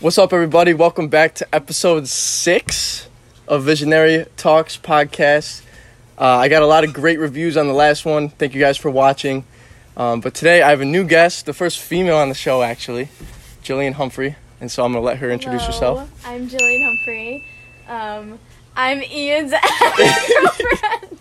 What's up, everybody? Welcome back to episode six of Visionary Talks podcast. Uh, I got a lot of great reviews on the last one. Thank you guys for watching. Um, but today I have a new guest, the first female on the show, actually, Jillian Humphrey. And so I'm going to let her introduce Hello, herself. I'm Jillian Humphrey. Um, I'm Ian's ex-girlfriend.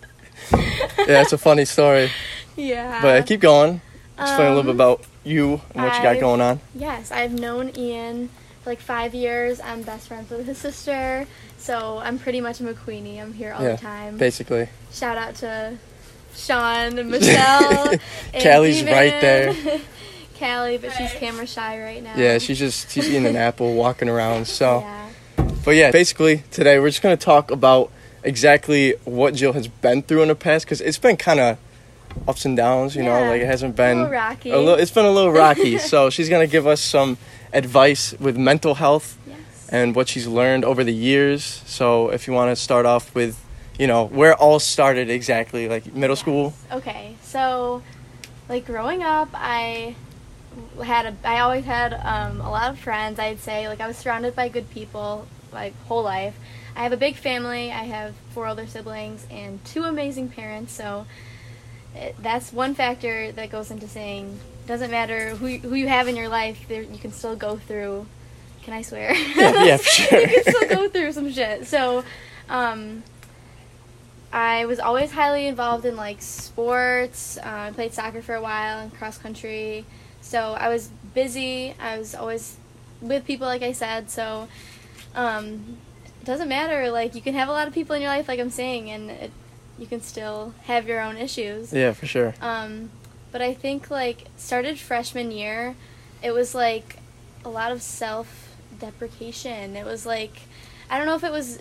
Yeah, it's a funny story. yeah. But keep going. Explain a little bit Um, about you and what you got I- Mm-hmm. going on. Um, Yes, I've known Ian for like five years. I'm best friends with his sister, so I'm pretty much a McQueenie. I'm here all Yeah, the time. Basically, Shout out to Sean and Michelle. and Callie's right Steven. Callie, but she's camera shy right now. yeah, she's just she's eating an apple, walking around. So, Yeah. But yeah, basically today we're just gonna talk about exactly what Jill has been through in the past because it's been kind of ups and downs. You know, Yeah. like it hasn't A been little rocky. a little- it's been a little rocky. so she's gonna give us some advice with mental health yes. and what she's learned over the years. So if you want to start off with, you know, where it all started exactly, like middle school. Okay, so like growing up, I had a I always had um, a lot of friends. I'd say like I was surrounded by good people my whole life. I have a big family. I have four older siblings and two amazing parents. So it, that's one factor that goes into saying doesn't matter who you- who you have in your life, there, you can still go through. Can I swear? Yeah, yeah, for sure. you can still go through some shit. So. Um, I was always highly involved in like sports. Uh, I played soccer for a while and cross country. So I was busy. I was always with people, like I said. So um, it doesn't matter. Like you can have a lot of people in your life, like I'm saying, and it, you can still have your own issues. Yeah, for sure. Um, but I think like started freshman year, it was like a lot of self deprecation. It was like I don't know if it was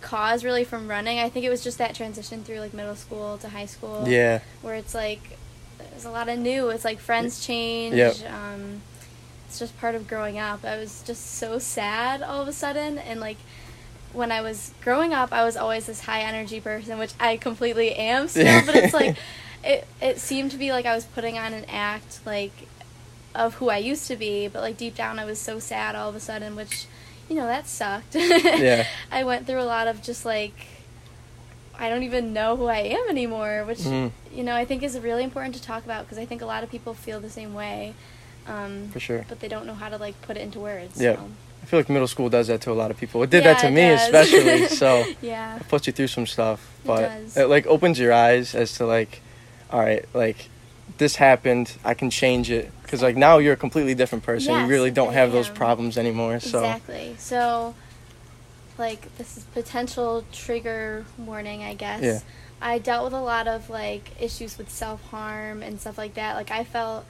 caused really from running. I think it was just that transition through like middle school to high school Yeah, where it's like there's a lot of new. It's like friends change. Yep. Um, it's just part of growing up. I was just so sad all of a sudden, and like when I was growing up, I was always this high energy person, which I completely am still. but it's like it it seemed to be like I was putting on an act like of who I used to be, but like deep down, I was so sad all of a sudden, which you know that sucked. yeah, I went through a lot of just like I don't even know who I am anymore, which Mhm. you know I think is really important to talk about because I think a lot of people feel the same way, um, for sure. but they don't know how to like put it into words. Yeah. so. I feel like middle school does that to a lot of people. It did that Yeah, to it me does. especially. So. yeah, it puts you through some stuff, It but it, does. like opens your eyes as to like, all right, like this happened, I can change it because like now you're a completely different person. you Yes, really don't I have those am. problems anymore. So exactly. So, like this is potential trigger warning, I guess. Yeah. I dealt with a lot of like issues with self harm and stuff like that. Like I felt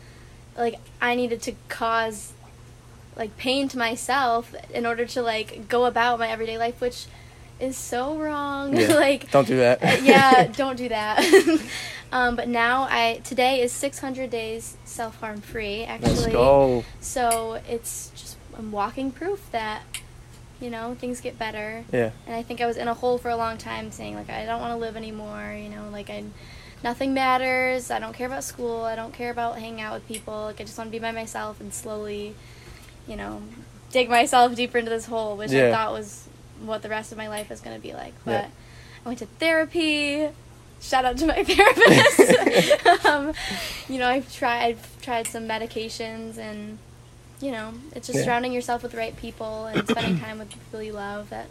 like I needed to cause like pain to myself in order to like go about my everyday life, which is so wrong. Yeah. like don't do that. uh, yeah, don't do that. um, but now I today is 600 days self harm free. Actually, Let's go. so it's just I'm walking proof that you know things get better. Yeah. And I think I was in a hole for a long time, saying like I don't want to live anymore. You know, like I, nothing matters. I don't care about school. I don't care about hanging out with people. Like I just want to be by myself and slowly, you know, dig myself deeper into this hole, which Yeah. I thought was what the rest of my life was going to be like. But Yeah. I went to therapy. Shout out to my therapist. um, you know, I've tried I've tried some medications and you know, it's just Yeah. surrounding yourself with the right people and spending time with the people you love that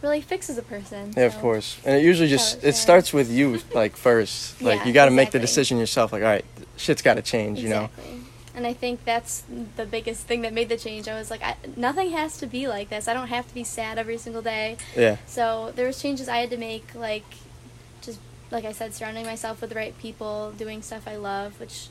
really fixes a person. Yeah, of so- course. And it usually just Yeah. it starts with you like first. Like Yeah, you got to make the exactly. decision yourself. Like all right, shit's got to change. You know. Exactly. And I think that's the biggest thing that made the change. I was like, I, nothing has to be like this. I don't have to be sad every single day. Yeah. So there was changes I had to make, like just like I said, surrounding myself with the right people, doing stuff I love, which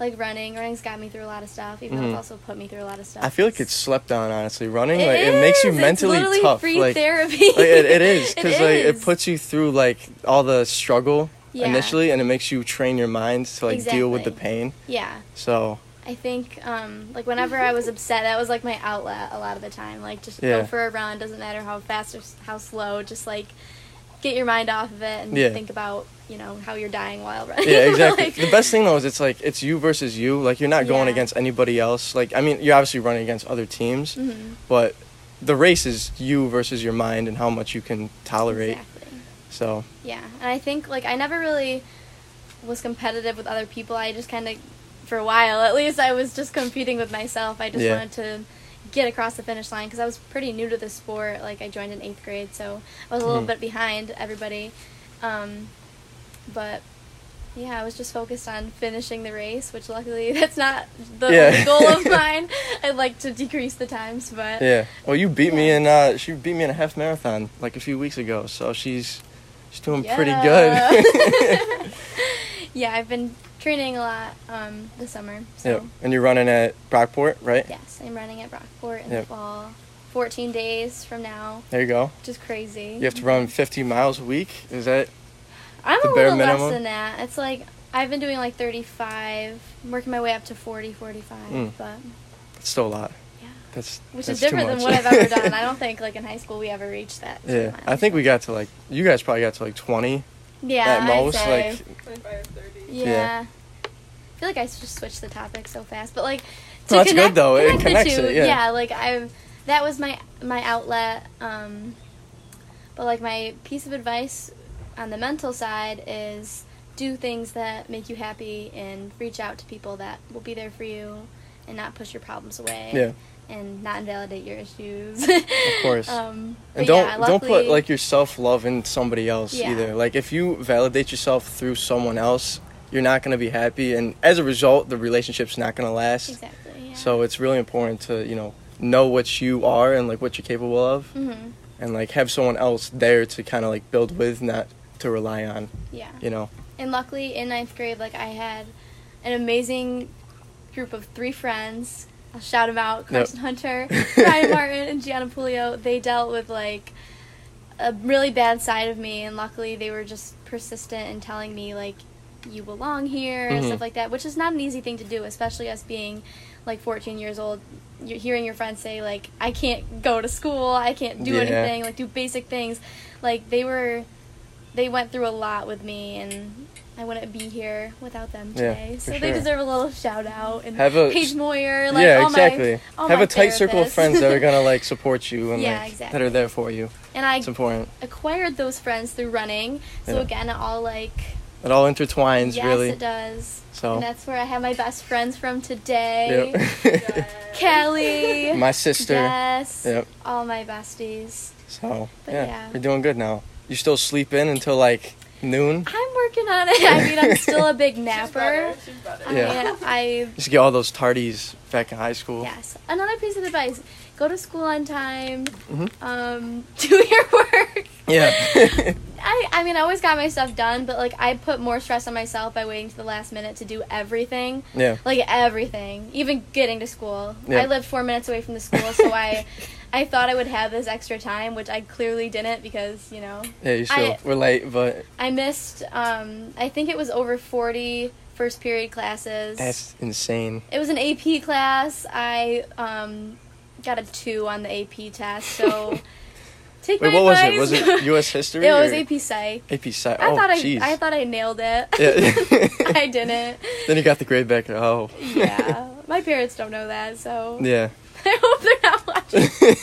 like running. Running's got me through a lot of stuff, even though Mhm. it's also put me through a lot of stuff. I feel like it's slept on honestly. Running It like it makes you is! It's mentally literally tough. Free like therapy. like it, it is because like it is. puts you through like all the struggle Yeah. initially and it makes you train your mind to like deal with the Exactly. pain Yeah, so I think um, like whenever I was upset, that was like my outlet a lot of the time. Like just Yeah. go for a run, doesn't matter how fast or s- how slow. Just like get your mind off of it and Yeah. think about you know how you're dying while running. Yeah, exactly. Like- the best thing though is it's like it's you versus you. Like you're not going Yeah. against anybody else. Like I mean, you're obviously running against other teams, Mhm, but the race is you versus your mind and how much you can tolerate. Exactly. So Yeah, and I think like I never really was competitive with other people. I just kind of, for a while at least, I was just competing with myself. I just Yeah. wanted to get across the finish line because I was pretty new to the sport. Like I joined in eighth grade, so I was a little Mhm. bit behind everybody. Um, but yeah, I was just focused on finishing the race, which luckily that's not the Yeah. only goal of mine. I'd like to decrease the times, but yeah. Well, you beat me Yeah. in. Uh, she beat me in a half marathon like a few weeks ago. So she's she's doing pretty Yeah. good. yeah, I've been training a lot um, this summer. So yep. And you're running at Brockport, right? yes, I'm running at Rockport in Yep. the fall. 14 days from now, There you go. which is crazy. You have to run 50 miles a week. Is that I'm the a bare little minimum? less than that. It's like I've been doing like 35, I'm working my way up to 40, 45, Mm. but that's still a lot? yeah. That's Which that's is too different than much. what I've ever done. I don't think like in high school we ever reached that. two Yeah, I miles. think we got to like you guys probably got to like 20 yeah, at I'd most. say. Like Twenty-five, thirty. Yeah. Yeah. I feel like I s- just switched the topic so fast, but like No, that's good, though. It connect the connects it, yeah. like I that was my my outlet um but like my piece of advice on the mental side is do things that make you happy and reach out to people that will be there for you and not push your problems away yeah, and not invalidate your issues. of course. Um but and don't yeah, don't put luckily- like your self love in somebody else Yeah. either. Like if you validate yourself through someone else, you're not gonna be happy, and as a result, the relationship's not gonna last. Exactly. Yeah. So it's really important to you know know what you are and like what you're capable of, hmm and like have someone else there to kind of like build with, not to rely on. Yeah. You know, And luckily, in ninth grade, like I had an amazing group of three friends. I'll shout them out: Carson Hunter, Ryan Martin, and Gianna Pulio. They dealt with like a really bad side of me, and luckily, they were just persistent in telling me like you belong here and Mhm. stuff like that, which is not an easy thing to do, especially us being like 14 years old. You're hearing your friends say like I can't go to school, I can't do Yeah. anything, like do basic things. Like they were they went through a lot with me and I wouldn't be here without them Yeah, today. for so they sure. deserve a little shout out and Have a- Paige Moyer, like yeah, all exactly. my all have my a tight circle of therapists. friends that are gonna like support you and Yeah, like that exactly. are there for you. and I It's important. acquired those friends through running. So Yeah. again, it all like It all intertwines yes, really. it does. So And that's where I have my best friends from today. yep. Kelly, my sister. yes, Yep. all my besties. So But yeah. yeah. you're doing good now. You still sleep in until like noon. I'm working on it. I mean, I'm still a big She's better. napper. She's better. I Yeah. mean, I Just get all those tardies back in high school. Yes. Another piece of advice: go to school on time. Mhm. Um, do your work. Yeah. I, I mean, I always got my stuff done, but like I put more stress on myself by waiting to the last minute to do everything, yeah. like everything, even getting to school. Yeah. I lived four minutes away from the school, so I, I thought I would have this extra time, which I clearly didn't because you know Yeah, you still I- we're late, but I missed. Um, I think it was over 40 first period classes. that's insane. It was an AP class. I um, got a two on the AP test. So take Wait, my what was it? advice. Was it U.S. history? it was or AP Psych. AP Sci. I oh, thought I, jeez. I thought I nailed it. Yeah. I didn't. Then you got the grade back. Oh. Yeah, my parents don't know that, so yeah. I hope they're not watching.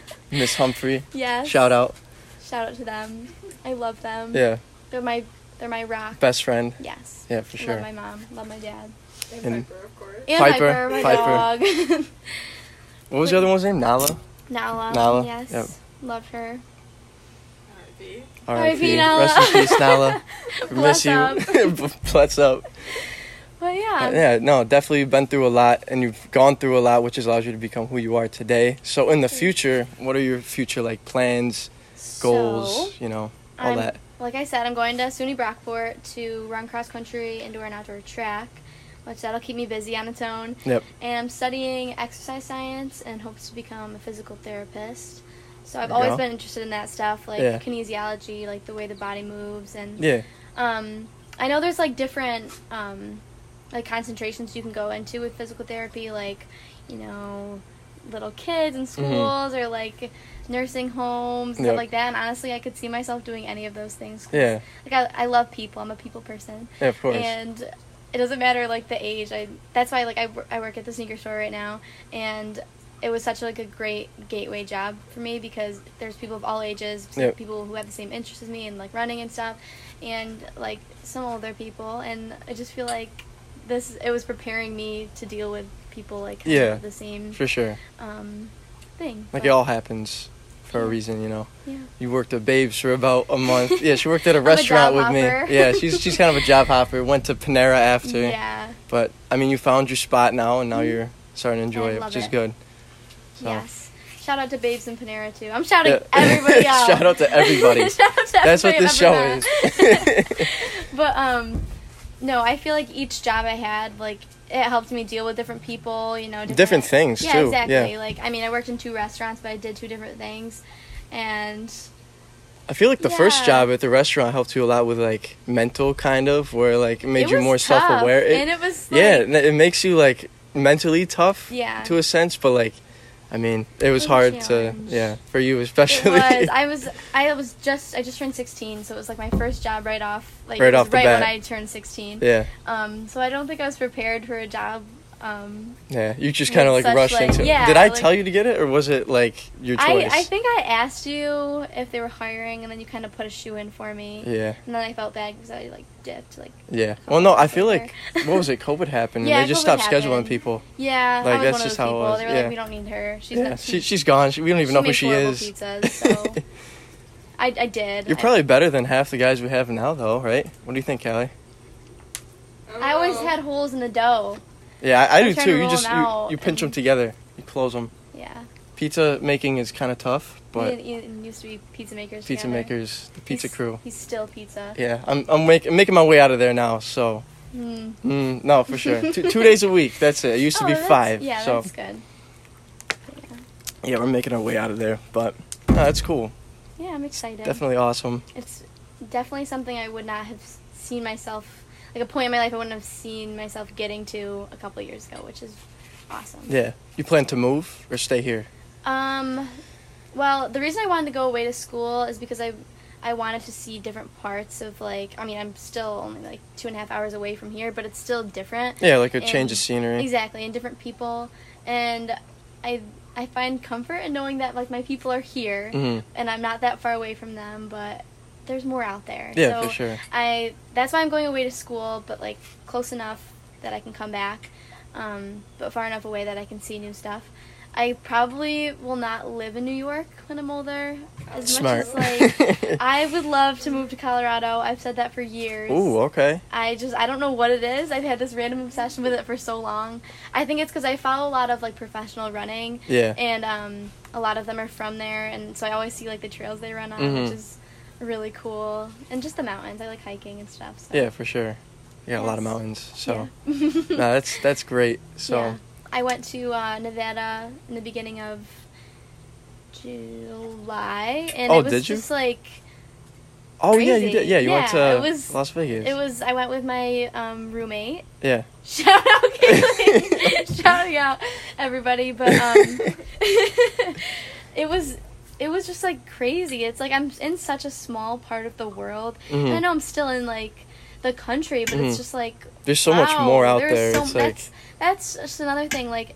Miss Humphrey. yes. Mm-hmm. Shout out. Shout out to them. I love them. Yeah. They're my they're my rock. Best friend. Yes. Yeah, for Love sure. my mom. Love my dad. And- And Piper, of course. And Piper, Piper, my Piper. dog. What was the other one's name? Nala. Nala. Nala, Yes. yep. Loved her. R.I.P. R.I.P. Nala. Rest in peace, Nala. We Bless Miss up. you. Bless up. But yeah. Uh, yeah, no, definitely you've been through a lot and you've gone through a lot, which has allowed you to become who you are today. So, in the future, what are your future like plans, goals? So, you know, all I'm- that. Like I said, I'm going to SUNY Brockport to run cross country, indoor and outdoor track, which that'll keep me busy on its own. Yep. And I'm studying exercise science and hopes to become a physical therapist. So I've There you always go. been interested in that stuff, like Yeah. kinesiology, like the way the body moves, and Yeah, um, I know there's like different um, like concentrations you can go into with physical therapy, like you know little kids in schools or like nursing homes Mm-hmm. Yep. and stuff like that. And honestly, I could see myself doing any of those things. 'cause, Yeah, Like I, I love people. I'm a people person. yeah, of course. And it doesn't matter like the age. I that's why like I, wor- I work at the sneaker store right now, and it was such like a great gateway job for me because there's people of all ages, some Yep. people who have the same interests as me and like running and stuff, and like some older people, and I just feel like this it was preparing me to deal with people like kind of Yeah. the same for sure. um thing. Like but- it all happens for a reason, you know. yeah. You worked at Babes for about a month. Yeah, she worked at a I'm a restaurant job with hopper. me. Yeah, she's she's kind of a job hopper. Went to Panera after. yeah. Mm-hmm. But I mean, you found your spot now, and now you're starting to enjoy I it, love which is it. good. So Yes. Shout out to Babes and Panera too. I'm shouting Yeah. everybody out. Shout out to everybody. Shout out to that's what everybody this show at is. Panera. but um, no, I feel like each job I had, like it helped me deal with different people. You know, different, Different things, Yeah, too. exactly. Yeah. Like I mean, I worked in two restaurants, but I did two different things, and I feel like the first Yeah. job at the restaurant helped you a lot with like mental kind of, where like it made it you was more tough, self-aware. It- and it was like, yeah, and it makes you like mentally tough. Yeah. To a sense, but like, I mean, it was It's a hard to challenge. yeah for you It especially. was. I was. I was just. I just turned 16, so it was like my first job right off. Like Right it was off the right when bat. I turned 16. yeah, Um. So I don't think I was prepared for a job. Um. yeah. You just With kind of like such, rushed like- into. it. yeah, Did I like- tell you to get it, or was it like your I, choice? I think I asked you if they were hiring, and then you kind of put a shoe in for me. Yeah, And then I felt bad because I like dipped. Like yeah. Well, no, I feel like Later. what was it? COVID happened. Yeah, and they just COVID stopped scheduling happened. people. yeah, Like, I was that's one of just those how it people. was, They were yeah. like, we don't need her. She's yeah, not, she, she's gone. She, we don't even know who makes she horrible is. Pizzas, so I I did. You're I- probably better than half the guys we have now, though, right? What do you think, Callie? don't I always know. had holes in the dough. Yeah, I, I I'm do trying too. to You roll just them you, out you pinch them and- together, you close them. Yeah. Pizza making is kind of tough, but It used to be pizza makers. pizza together. makers, the pizza He's- crew. He's still pizza. Yeah, I'm I'm, make, making my way out of there now. So Mm. mm, no, for sure, two, two days a week. That's it. It used to Oh, be that's- five. Yeah, so that's good. Yeah. yeah, we're making our way out of there. But no, that's cool. yeah, I'm excited. Definitely awesome. It's definitely something I would not have s- seen myself, like a point in my life I wouldn't have seen myself getting to a couple years ago, which is awesome. Yeah, you plan to move or stay here? Um, well, the reason I wanted to go away to school is because I, I wanted to see different parts of like. I mean, I'm still only like two and a half hours away from here, but it's still different. Yeah, like a And- change of scenery. Exactly, and different people, and I, I find comfort in knowing that like my people are here, Mhm. and I'm not that far away from them, but there's more out there. Yeah, so for sure. I that's why I'm going away to school, but like close enough that I can come back, um, but far enough away that I can see new stuff. I probably will not live in New York when I'm older, as Smart. much as like I would love to move to Colorado. I've said that for years. Ooh, okay. I just I don't know what it is. I've had this random obsession with it for so long. I think it's because I follow a lot of like professional running, Yeah. and um, a lot of them are from there, and so I always see like the trails they run on, Mhm. which is really cool, and just the mountains. I like hiking and stuff. So. Yeah, for sure. You got a lot of Yes. mountains, so Yeah. no, that's that's great. So Yeah. I went to uh, Nevada in the beginning of July, and Oh, it was did you? just like oh yeah, you Crazy. did. Yeah, you went Yeah, to it was- Las Vegas. it was. I went with my um, roommate. yeah. Shout out, Caitlin. Shouting out everybody, but um, it was it was just like crazy. It's like I'm in such a small part of the world. And I Mhm. know I'm still in like the country, but Mhm. it's just like There's so much wow, more out there's there. So, it's like that's that's just another thing. Like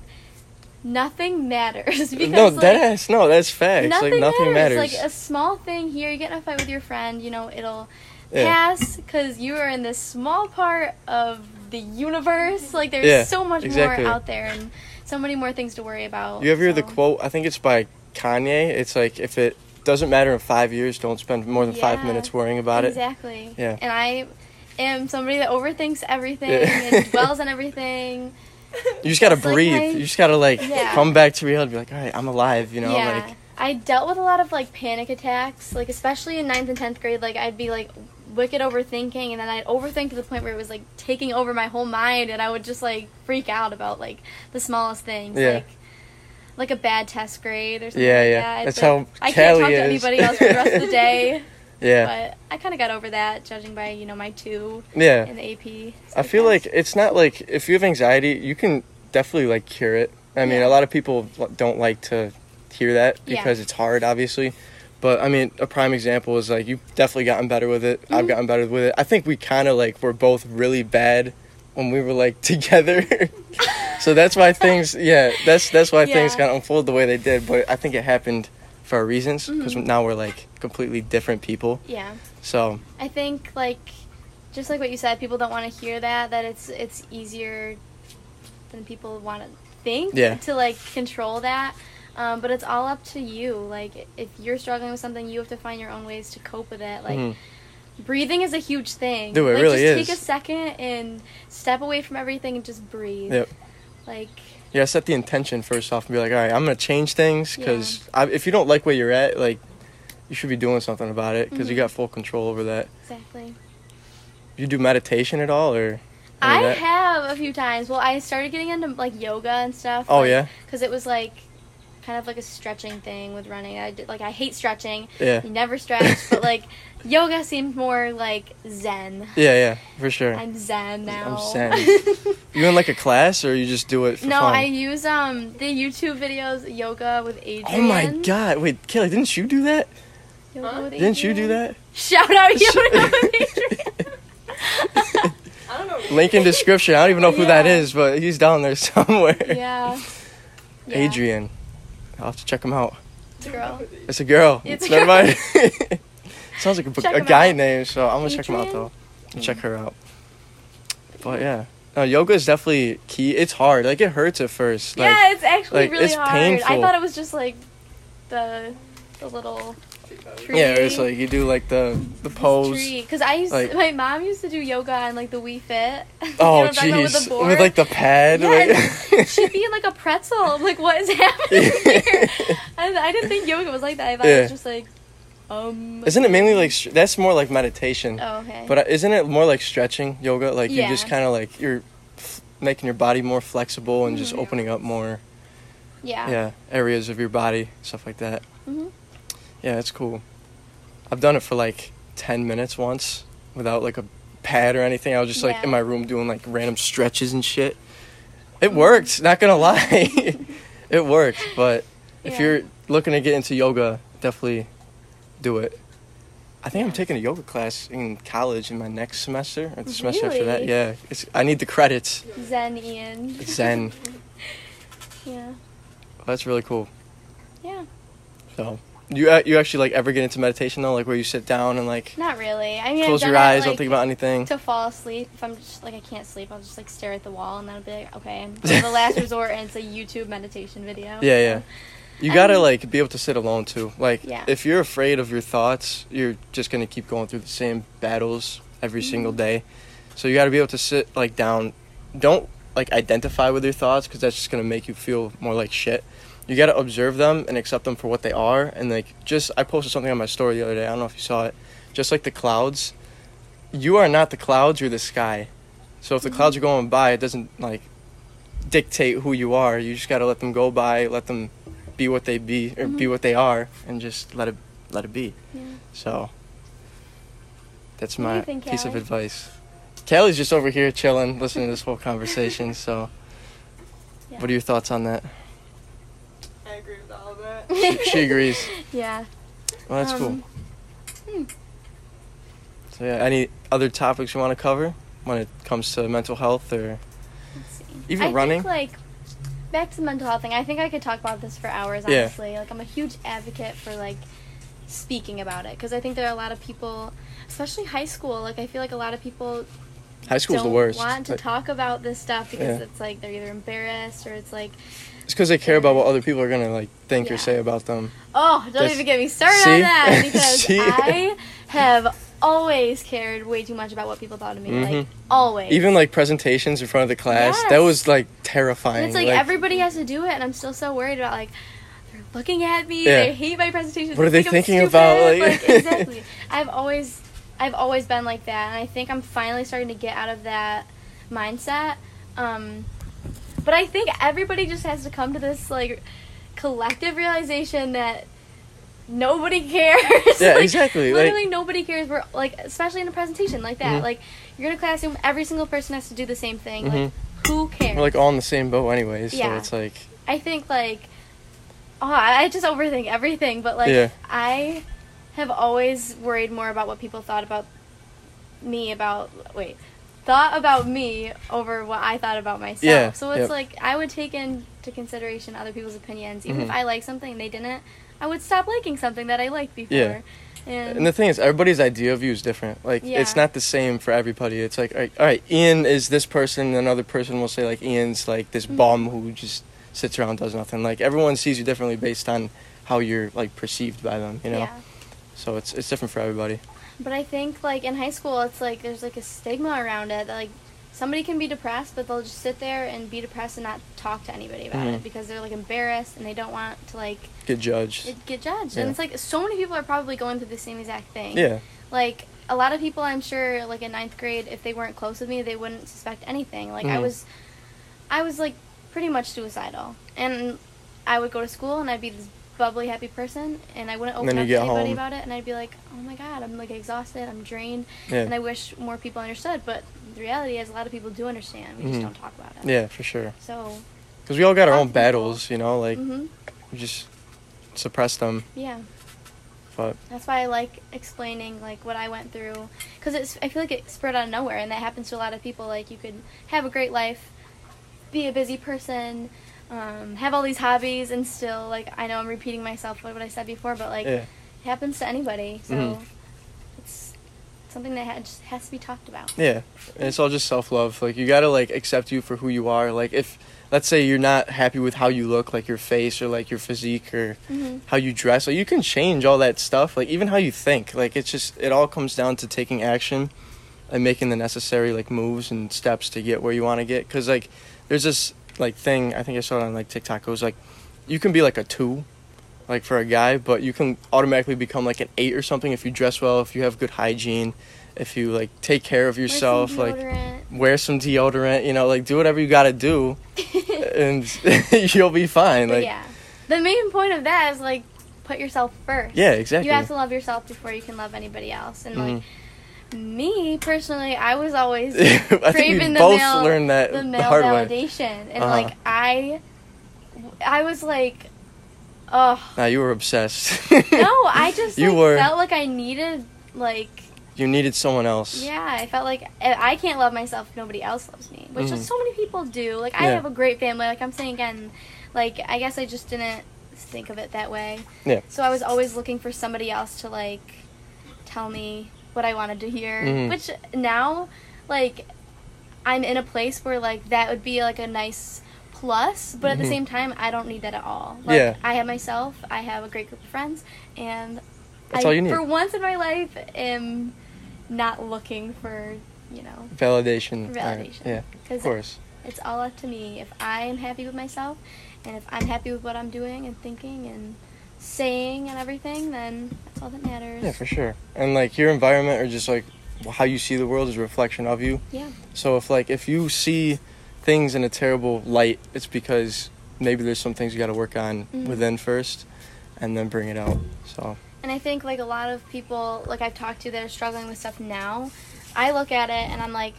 nothing matters because no, like, that's no, that's facts. like nothing, nothing matters. Like a small thing here, you get in a fight with your friend, you know, it'll Yeah. pass because you are in this small part of the universe. Like there's Yeah, so much exactly. more out there and so many more things to worry about. you ever hear the so- quote? I think it's by Kanye. It's like if it doesn't matter in five years, don't spend more than five Yeah. minutes worrying about it. exactly. Yeah. And I am somebody that overthinks everything Yeah. and dwells on everything. You just gotta It's like breathe. my- you just gotta like Yeah. come back to reality. Be like, all right, I'm alive. You know, yeah. like I dealt with a lot of like panic attacks, like especially in ninth and tenth grade. Like I'd be like wicked overthinking, and then I'd overthink to the point where it was like taking over my whole mind, and I would just like freak out about like the smallest things, Yeah. like like a bad test grade or something. Yeah, like yeah. That. That's It's like, how I can't Callie talk is. to anybody else for the rest of the day. yeah, But I kind of got over that, judging by you know my two yeah. in the AP. I feel like it's not like if you have anxiety, you can definitely like cure it. I mean, Yeah. a lot of people l- don't like to hear that Yeah. because it's hard, obviously. But I mean, a prime example is like you've definitely gotten better with it. I've Mhm. gotten better with it. I think we kind of like were both really bad when we were like together. so that's why things, yeah, that's that's why things Yeah. kind of unfolded the way they did. But I think it happened for our reasons because Mhm. now we're like completely different people. Yeah. So I think like just like what you said, people don't want to hear that that it's it's easier than people want to think Yeah. to like control that. Um, but it's all up to you. Like if you're struggling with something, you have to find your own ways to cope with it. Like mhm. breathing is a huge thing. Dude, it like, really just Take is. a second and step away from everything and just breathe. Yep. Like yeah, set the intention first off and be like, all right, I'm gonna change things because if you don't like where you're at, like you should be doing something about it because you Mhm. got full control over that. exactly. You do meditation at all or? I any of that? have a few times. Well, I started getting into like yoga and stuff. Oh yeah, Because it was like kind of like a stretching thing with running. I did, like I hate stretching. yeah, You never stretch, but like yoga seemed more like zen. yeah, yeah, for sure. I'm zen now. zen. you in like a class or you just do it for no, fun? I use um the YouTube videos yoga with Adrian. Oh my god! Wait, Kelly, didn't you do that? Yoga Huh? with Didn't you do Adrian. that? Shout out yoga with Adrian. I don't know. Link in description. I don't even know who that Yeah. is, but he's down there somewhere. yeah. Yeah, Adrian. I'll have to check him out. Girl. It's a girl. It's a Never girl. mind. Sounds like a, book, Check a him guy out. name, so I'm gonna check him out Adrian? though. and Check her out. But yeah, no, yoga is definitely key. It's hard. Like it hurts at first. Like, yeah, it's actually like, really it's hard. I painful. thought it was just like the the little tree. Yeah, it's like you do like the the pose. Because I used like- my mom used to do yoga on like the Wii Fit. You know Oh what I'm talking about, jeez, board. with, like the pad. Yeah, like- and she'd be in like a pretzel. I'm like, what is happening here? I, I didn't think yoga was like that. I thought it Yeah. was just like, um. Isn't it mainly like str- that's more like meditation? Oh, okay. But uh, isn't it more like stretching yoga? Like you Yeah. just kind of like you're f- making your body more flexible and just Mhm. opening up more yeah. yeah. areas of your body, stuff like that. Mhm. Yeah, it's cool. I've done it for like 10 minutes once without like a pad or anything. I was just like Yeah. in my room doing like random stretches and shit. It worked, not gonna lie. it worked, but if Yeah. you're looking to get into yoga, definitely do it. I think I'm Yeah. taking a yoga class in college in my next semester or the semester after that. Really? Yeah, it's, I need the credits. Zen Ian. Zen. Yeah. That's really cool. Yeah. So you a- you actually like ever get into meditation though, like where you sit down and like Not really. I mean, close I've your done it, eyes, like, don't think about anything. to fall asleep. If I'm just like I can't sleep, I'll just like stare at the wall and that'll be like, okay, I'm the last resort, and it's a YouTube meditation video. Yeah, yeah. You I gotta mean- like be able to sit alone too. Like Yeah. if you're afraid of your thoughts, you're just gonna keep going through the same battles every single day. So you gotta be able to sit like down. Don't like identify with your thoughts because that's just gonna make you feel more like shit. You gotta observe them and accept them for what they are. And like just I posted something on my story the other day. I don't know if you saw it. Just like the clouds, you are not the clouds. You're the sky. So if Mm-hmm. the clouds are going by, it doesn't like dictate who you are. You just gotta let them go by, let them be what they be or be what they are, and just let it let it be. Mm-hmm. Yeah. So that's What do my you think, piece of Callie? advice. Kelly's just over here chilling, listening to this whole conversation. So, Yeah. what are your thoughts on that? I agree with all of that. She, she agrees. Yeah. Well, Oh, that's Um, cool. hmm. So yeah, any other topics you want to cover when it comes to mental health or Let's see. Even I running? Think, like back to the mental health thing. I think I could talk about this for hours. Yeah. Honestly, like I'm a huge advocate for like speaking about it because I think there are a lot of people, especially high school. Like I feel like a lot of people high school's don't the worst? want to Like, talk about this stuff because Yeah. it's like they're either embarrassed or it's like, it's because they care about what other people are gonna like think or Yeah. say about them. oh, don't That's- even get me started See? on that because See? I have always cared way too much about what people thought of me. Mhm. Like always. Even like presentations in front of the class, that Yes. was like And terrifying. it's like, everybody has to do it, and I'm still so worried about like they're looking at me. Yeah. They hate my presentation. What are they they think thinking I'm about? stupid. Like- Like, exactly. I've always, I've always been like that, and I think I'm finally starting to get out of that mindset. Um, but I think everybody just has to come to this like collective realization that nobody cares. Yeah, Like, exactly, like- Literally, nobody cares. We're like, especially in a presentation like that. Mhm. Like, you're in a classroom, every single person has to do the same thing. Mhm. Like, who cares? We're like all in the same boat, anyways. So Yeah. it's like I think like, oh, I I just overthink everything. But like, Yeah. I have always worried more about what people thought about me about wait thought about me over what I thought about myself. Yeah, So it's yep. like I would take into consideration other people's opinions, even if Mhm. I like something and they didn't. I would stop liking something that I liked before. Yeah. And, And the thing is, everybody's idea of you is different. Like, Yeah. it's not the same for everybody. It's like, all right, all right, Ian is this person, and another person will say, like, Ian's like this Mhm. bum who just sits around and does nothing. Like, everyone sees you differently based on how you're, like, perceived by them, you know? yeah. So it's, it's different for everybody. But I think like in high school, it's like there's like a stigma around it that like somebody can be depressed, but they'll just sit there and be depressed and not talk to anybody about Mhm. it because they're like embarrassed and they don't want to like Get judged. it- get judged. Yeah. And it's like so many people are probably going through the same exact thing. yeah. Like a lot of people, I'm sure, like in ninth grade, if they weren't close with me, they wouldn't suspect anything. Like I Mhm. was, I was like pretty much suicidal, and I would go to school and I'd be this bubbly, happy person, and I wouldn't And then open up you to get anybody home. about it, and I'd be like, oh my god, I'm like exhausted, I'm drained, Yeah. and I wish more people understood. But the reality is, a lot of people do understand. We just Mhm. don't talk about it. yeah, for sure. So. Because we all got our Lot of own people. battles, you know? Like, hmm we just suppress them. Yeah. But, That's why I like explaining like what I went through, because it's I feel like it spread out of nowhere, and that happens to a lot of people. Like you could have a great life, be a busy person, um, have all these hobbies, and still like I know I'm repeating myself what what I said before, but like yeah. it happens to anybody, so Mhm. it's something that ha- just has to be talked about. Yeah, and it's all just self love. Like you gotta like accept you for who you are. Like if let's say you're not happy with how you look, like your face or like your physique or Mhm. how you dress, like you can change all that stuff. Like even how you think. Like it's just it all comes down to taking action and making the necessary like moves and steps to get where you want to get. Cause like there's this like thing I think I saw it on like TikTok. It was like you can be like a two. Like for a guy, but you can automatically become like an eight or something if you dress well, if you have good hygiene, if you like take care of Wear some yourself, like deodorant. wear some deodorant, you know, like do whatever you gotta do, and you'll be fine. But Like, yeah, the main point of that is like put yourself first. Yeah, exactly. You have to love yourself before you can love anybody else, and like. Mhm. Me personally, I was always I think we craving the both male, learned that the the male hard way. validation, and Uh-huh. like I, I was like, oh nah, you were obsessed. no, I just you like, were felt like I needed like you needed someone else. yeah, I felt like if I can't love myself, nobody else loves me, which Mhm. so many people do. Like I Yeah. have a great family. Like I'm saying again, like I guess I just didn't think of it that way. Yeah. So I was always looking for somebody else to like tell me what I wanted to hear, Mhm. which now like I'm in a place where like that would be like a nice plus, but at the Mhm. same time I don't need that at all. Like Yeah. I have myself, I have a great group of friends, and That's I, all you need. For once in my life, am not looking for you know Validation. Mm, All right, Validation. Yeah, of because course. it's all up to me. If I am happy with myself, and if I'm happy with what I'm doing and thinking and saying and everything, then that's all that matters. Yeah, for sure. And like your environment or just like how you see the world is a reflection of you. Yeah. So if like if you see things in a terrible light, it's because maybe there's some things you got to work on Mhm. within first, and then bring it out. So And I think like a lot of people like I've talked to that are struggling with stuff now, I look at it and I'm like,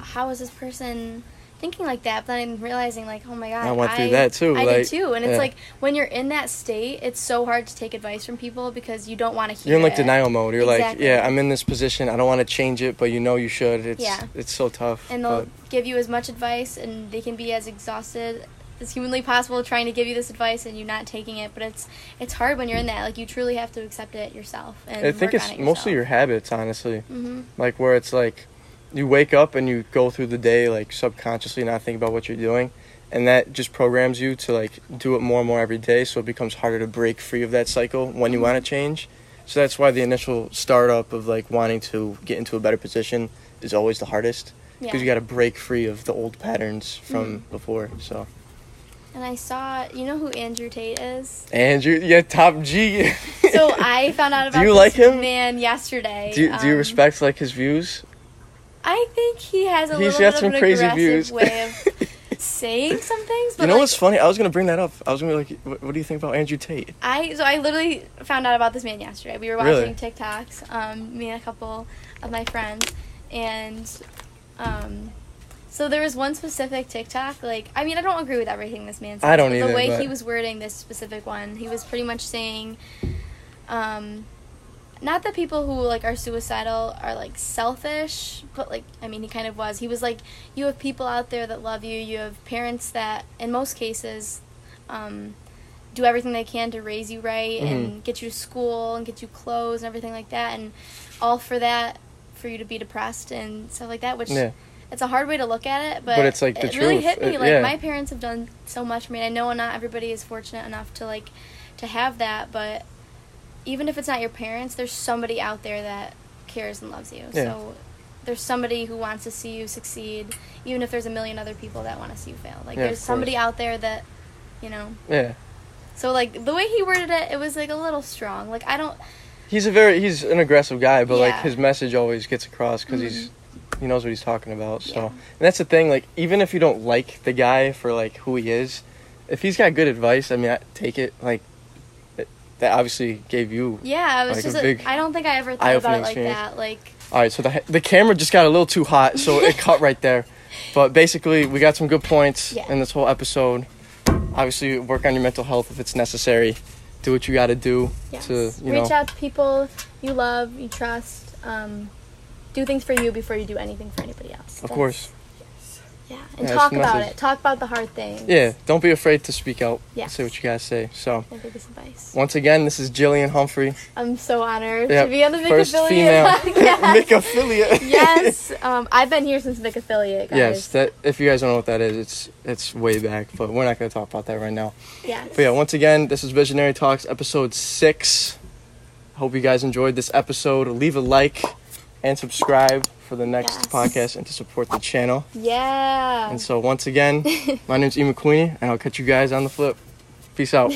how is this person thinking like that? But then I'm realizing like, oh my god, I went through that too, I like, did too. And it's yeah. like when you're in that state, it's so hard to take advice from people because you don't want to hear. You're in like it. denial mode. You're Exactly. like, yeah, I'm in this position. I don't want to change it, but you know you should. It's Yeah. it's so tough. And they'll give you as much advice, and they can be as exhausted as humanly possible trying to give you this advice, and you not taking it. But it's it's hard when you're in that. Like you truly have to accept it yourself. but And I think work it's on it mostly your yourself. habits, honestly. Mhm. Like where it's like you wake up and you go through the day like subconsciously not think about what you're doing, and that just programs you to like do it more and more every day. So it becomes harder to break free of that cycle when you want to change. So that's why the initial startup of like wanting to get into a better position is always the hardest Yeah. Mm. because you got to break free of the old patterns from before. So. And I saw, you know who Andrew Tate is? Andrew, yeah, top G. So I found out Do about you this like him? man yesterday. Do you, do you Um, respect like his views? I think he has a He's little got bit some of an crazy aggressive views. way of saying some things, but You know like, what's funny? I was gonna bring that up. I was gonna be like, "What, what do you think about Andrew Tate?" I so I literally found out about this man yesterday. We were watching Really? TikToks, um, me and a couple of my friends, and um, So there was one specific TikTok. Like, I mean, I don't agree with everything this man said. I don't but either, The way but- he was wording this specific one, he was pretty much saying, um, not that people who like are suicidal are like selfish, but like, I mean, he kind of was. He was like, you have people out there that love you. You have parents that, in most cases, um, do everything they can to raise you right and get you to school and get you clothes and everything like that, and all for that, for you to be depressed and stuff like that, which Yeah. it's a hard way to look at it, but, But it's, like, the it really truth. hit me. It- like yeah. my parents have done so much for me. And I know not everybody is fortunate enough to like to have that, but even if it's not your parents, there's somebody out there that cares and loves you. Yeah. So there's somebody who wants to see you succeed, even if there's a million other people that want to see you fail. Like Yeah, of there's somebody out there that you know. Yeah. So like the way he worded it, it was like a little strong. Like I don't He's a very he's an aggressive guy, but like Yeah. Mm-hmm. his message always gets across because he's he knows what he's talking about. So and that's the thing. Like even if you don't like the guy for like who he is, if he's got good advice, I mean, I take it. Like it, that obviously gave you. yeah, it was Like a just I big I don't think I ever thought about eye-opening it like experience. that. Like All right, so the the camera just got a little too hot, so it cut right there. But basically, we got some good points Yeah. in this whole episode. Obviously, work on your mental health if it's necessary. Do what you got to do Yes. to you Reach know. out to people you love, you trust. Um, do things for you before you do anything for anybody else. Of That's- course, Yeah, and Yeah, talk that's the about message. it. Talk about the hard things. yeah. Don't be afraid to speak out. Yes. Say what you gotta say. So. My biggest advice. Once again, this is Jillian Humphrey, I'm so honored Yeah, to be on the Vic first Affiliate female Mick podcast. affiliate. yes, um, I've been here since Vic Affiliate, guys. yes. That if you guys don't know what that is, it's it's way back, but we're not gonna talk about that right now. Yes. But yeah, once again, this is Visionary Talks episode six. Hope you guys enjoyed this episode. Leave a like and subscribe for the next Yes. podcast and to support the channel. Yeah. And so once again, my name's E McQueenie, and I'll catch you guys on the flip. Peace out.